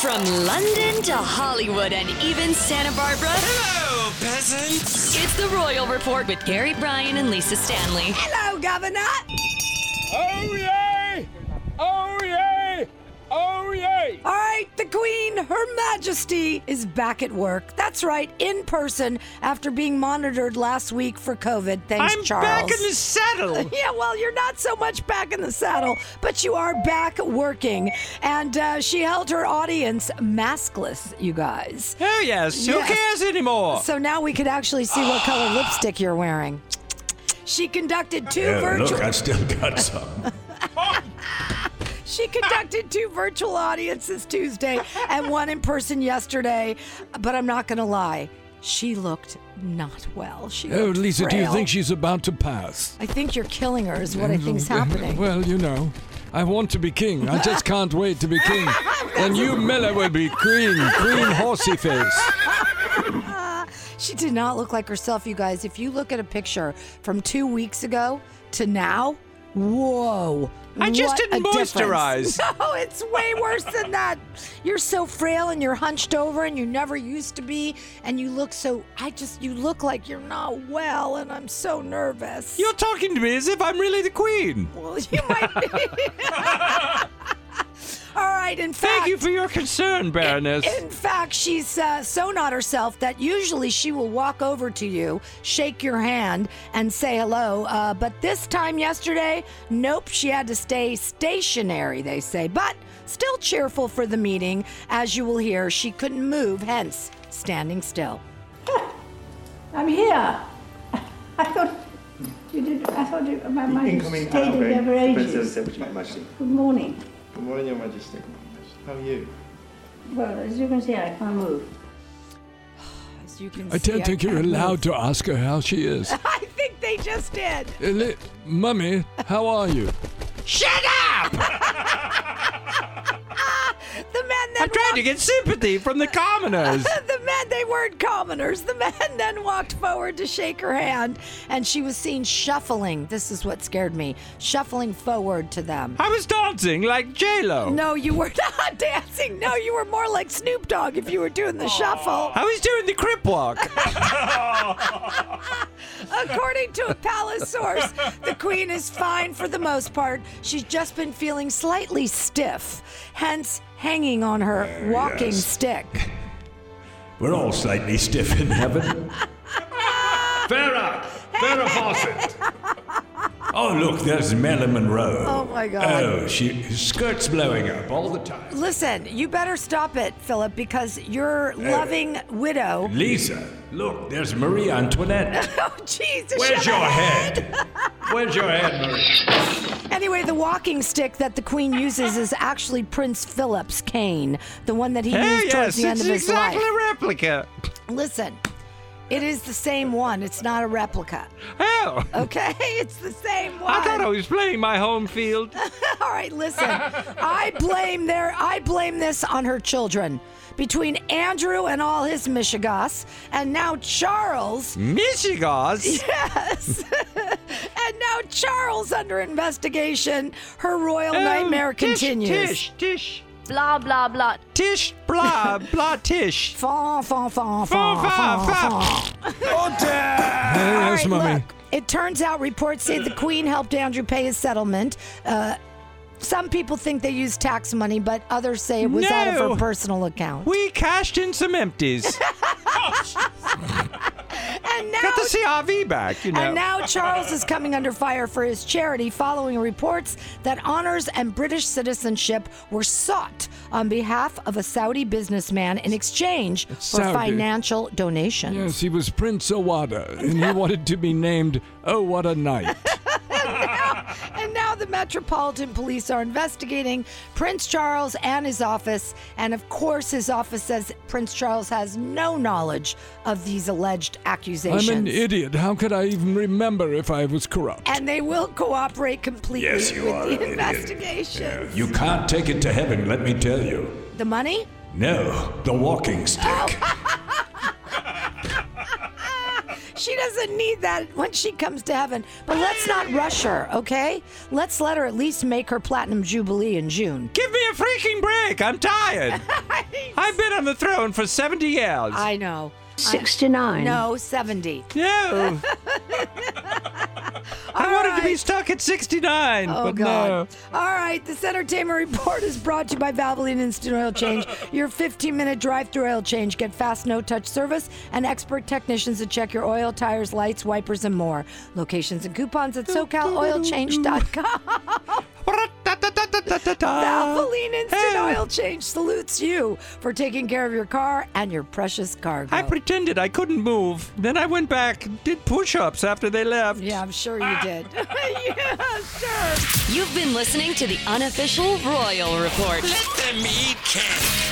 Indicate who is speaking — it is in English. Speaker 1: From London to Hollywood and even Santa Barbara,
Speaker 2: Hello, peasants.
Speaker 1: it's the Royal Report with Gary Bryan and Lisa Stanley.
Speaker 3: Oh yay! Oh yay! Oh yay!
Speaker 4: All right, the Queen, Her Majesty, is back at work. That's right, in person after being monitored last week for COVID. Thanks,
Speaker 3: I'm
Speaker 4: Charles.
Speaker 3: back in the saddle.
Speaker 4: yeah, well, you're not so much back in the saddle, but you are back working. And uh, she held her audience maskless, you guys.
Speaker 3: Hell yes. Who
Speaker 4: Yes.
Speaker 3: cares anymore?
Speaker 4: So now we could actually see what color lipstick you're wearing. She conducted two virtual.
Speaker 5: Look, I've still got some.
Speaker 4: She conducted two virtual audiences Tuesday and one in person yesterday. But I'm not going to lie, she looked not well. She
Speaker 6: Oh,
Speaker 4: looked
Speaker 6: Lisa, do you
Speaker 4: frail.
Speaker 6: think she's about to pass?
Speaker 4: I think you're killing her, is what I think's happening.
Speaker 6: Well, you know, I want to be king. I just can't wait to be king. and you, Miller, will be queen, queen horsey face.
Speaker 4: She did not look like herself, you guys. If you look at a picture from two weeks ago to now, whoa.
Speaker 3: I just
Speaker 4: What
Speaker 3: didn't
Speaker 4: a difference.
Speaker 3: moisturize.
Speaker 4: No, it's way worse than that. You're so frail and you're hunched over and you never used to be. And you look so, I just, you look like you're not well. And I'm so nervous.
Speaker 3: You're talking to me as if I'm really the queen.
Speaker 4: well, you might be. All right, in fact.
Speaker 3: Thank you for your concern, Baroness.
Speaker 4: In fact, she's uh, so not herself that usually she will walk over to you, shake your hand, and say hello. Uh, but this time yesterday, nope, she had to stay stationary, they say. But still cheerful for the meeting. As you will hear, she couldn't move, hence standing still.
Speaker 7: I'm here. I thought you did. I thought you, my majesty stayed in there for ages. Good morning.
Speaker 2: Good morning, Your Majesty. How are you?
Speaker 7: Well, as you can see, I can't move.
Speaker 4: As you can
Speaker 6: I
Speaker 4: see,
Speaker 6: don't think you're
Speaker 4: can't
Speaker 6: allowed to
Speaker 4: move.
Speaker 6: ask her how she is.
Speaker 4: I think they just did.
Speaker 6: Uh, li- Mummy, how are you?
Speaker 3: Shut up!
Speaker 4: The men that
Speaker 3: I'm trying to get sympathy from the commoners.
Speaker 4: the men, they weren't commoners. The men then walked forward to shake her hand, and she was seen shuffling. This is what scared me shuffling forward to them.
Speaker 3: I was dancing like J-Lo.
Speaker 4: No, you were not dancing. No, you were more like Snoop Dogg if you were doing the shuffle.
Speaker 3: I was doing the crip walk.
Speaker 4: According to a palace source, the queen is fine for the most part. She's just been feeling slightly stiff, hence hanging on her walking
Speaker 5: yes.
Speaker 4: stick.
Speaker 5: We're all slightly stiff in heaven. Farrah! Farrah Fawcett! Oh, look, there's Marilyn Monroe.
Speaker 4: Oh, my God.
Speaker 5: Oh, she, her skirt's blowing up all the time.
Speaker 4: Listen, you better stop it, Philip, because your loving widow.
Speaker 5: Lisa, look, there's Marie Antoinette.
Speaker 4: Oh, Jesus.
Speaker 5: Where's
Speaker 4: shut
Speaker 5: your
Speaker 4: up.
Speaker 5: head? Where's your head, Marie?
Speaker 4: Anyway, the walking stick that the Queen uses is actually Prince Philip's cane, the one that he
Speaker 3: hey,
Speaker 4: used towards
Speaker 3: yes,
Speaker 4: the end
Speaker 3: it's
Speaker 4: of his
Speaker 3: exactly
Speaker 4: life.
Speaker 3: a replica.
Speaker 4: Listen, it is the same one. It's not a replica.
Speaker 3: Oh,
Speaker 4: Okay? It's the same one.
Speaker 3: I thought I was playing my home field.
Speaker 4: All right, listen. I blame their I blame this on her children. Between Andrew and all his Michigas, and now Charles
Speaker 3: Michigas.
Speaker 4: Yes. and now Charles under investigation. Her royal
Speaker 3: Oh,
Speaker 4: nightmare
Speaker 3: tish,
Speaker 4: continues.
Speaker 3: Tish, tish,
Speaker 1: Blah, blah, blah.
Speaker 3: tish, blah, blah, tish.
Speaker 4: Fawn, fawn, fawn,
Speaker 3: Fawn,
Speaker 4: fawn,
Speaker 3: fawn,
Speaker 4: fawn,
Speaker 3: fawn.
Speaker 4: fawn. Oh,
Speaker 6: Hey,
Speaker 4: All
Speaker 6: yes,
Speaker 4: right,
Speaker 6: Mummy.
Speaker 4: look. It turns out reports say the Queen helped Andrew pay his settlement. Uh, Some people think they used tax money, but others say it was out of
Speaker 3: No.
Speaker 4: her personal account.
Speaker 3: We cashed in some empties.
Speaker 4: And now
Speaker 3: Got the CRV back, you know.
Speaker 4: And now Charles is coming under fire for his charity following reports that honors and British citizenship were sought on behalf of a Saudi businessman in exchange for
Speaker 6: Saudi.
Speaker 4: financial donations.
Speaker 6: Yes, he was Prince Awada, and he wanted to be named Oh What a Night.
Speaker 4: And now the Metropolitan Police are investigating Prince Charles and his office. And of course, his office says Prince Charles has no knowledge of these alleged accusations.
Speaker 6: I'm an idiot. How could I even remember if I was corrupt?
Speaker 4: and they will cooperate completely
Speaker 5: Yes, you
Speaker 4: with
Speaker 5: are an
Speaker 4: the
Speaker 5: idiot.
Speaker 4: investigation.
Speaker 5: You can't take it to heaven, let me tell you.
Speaker 4: The money?
Speaker 5: No, the walking stick.
Speaker 4: She doesn't need that when she comes to heaven. But let's not rush her, okay? Let's let her at least make her platinum jubilee in June.
Speaker 3: Give me a freaking break. I'm tired. I've been on the throne for 70 years.
Speaker 4: I know. I-
Speaker 7: 69.
Speaker 4: no, 70.
Speaker 3: No. I wanted to be stuck at 69,
Speaker 4: Oh,
Speaker 3: but
Speaker 4: God. All right, this entertainment report is brought to you by Valvoline Instant Oil Change. Your 15 minute drive through oil change. Get fast, no touch service and expert technicians to check your oil, tires, lights, wipers, and more. Locations and coupons at socaloilchange.com.
Speaker 3: Uh, no.
Speaker 4: Valvoline Instant Oil Change salutes you for taking care of your car and your precious cargo.
Speaker 3: I pretended I couldn't move. Then I went back, did push ups after they left.
Speaker 4: yeah, I'm sure
Speaker 3: Ah.
Speaker 4: you did. yeah, sure.
Speaker 1: You've been listening to the unofficial Royal Report.
Speaker 8: Let them eat cake.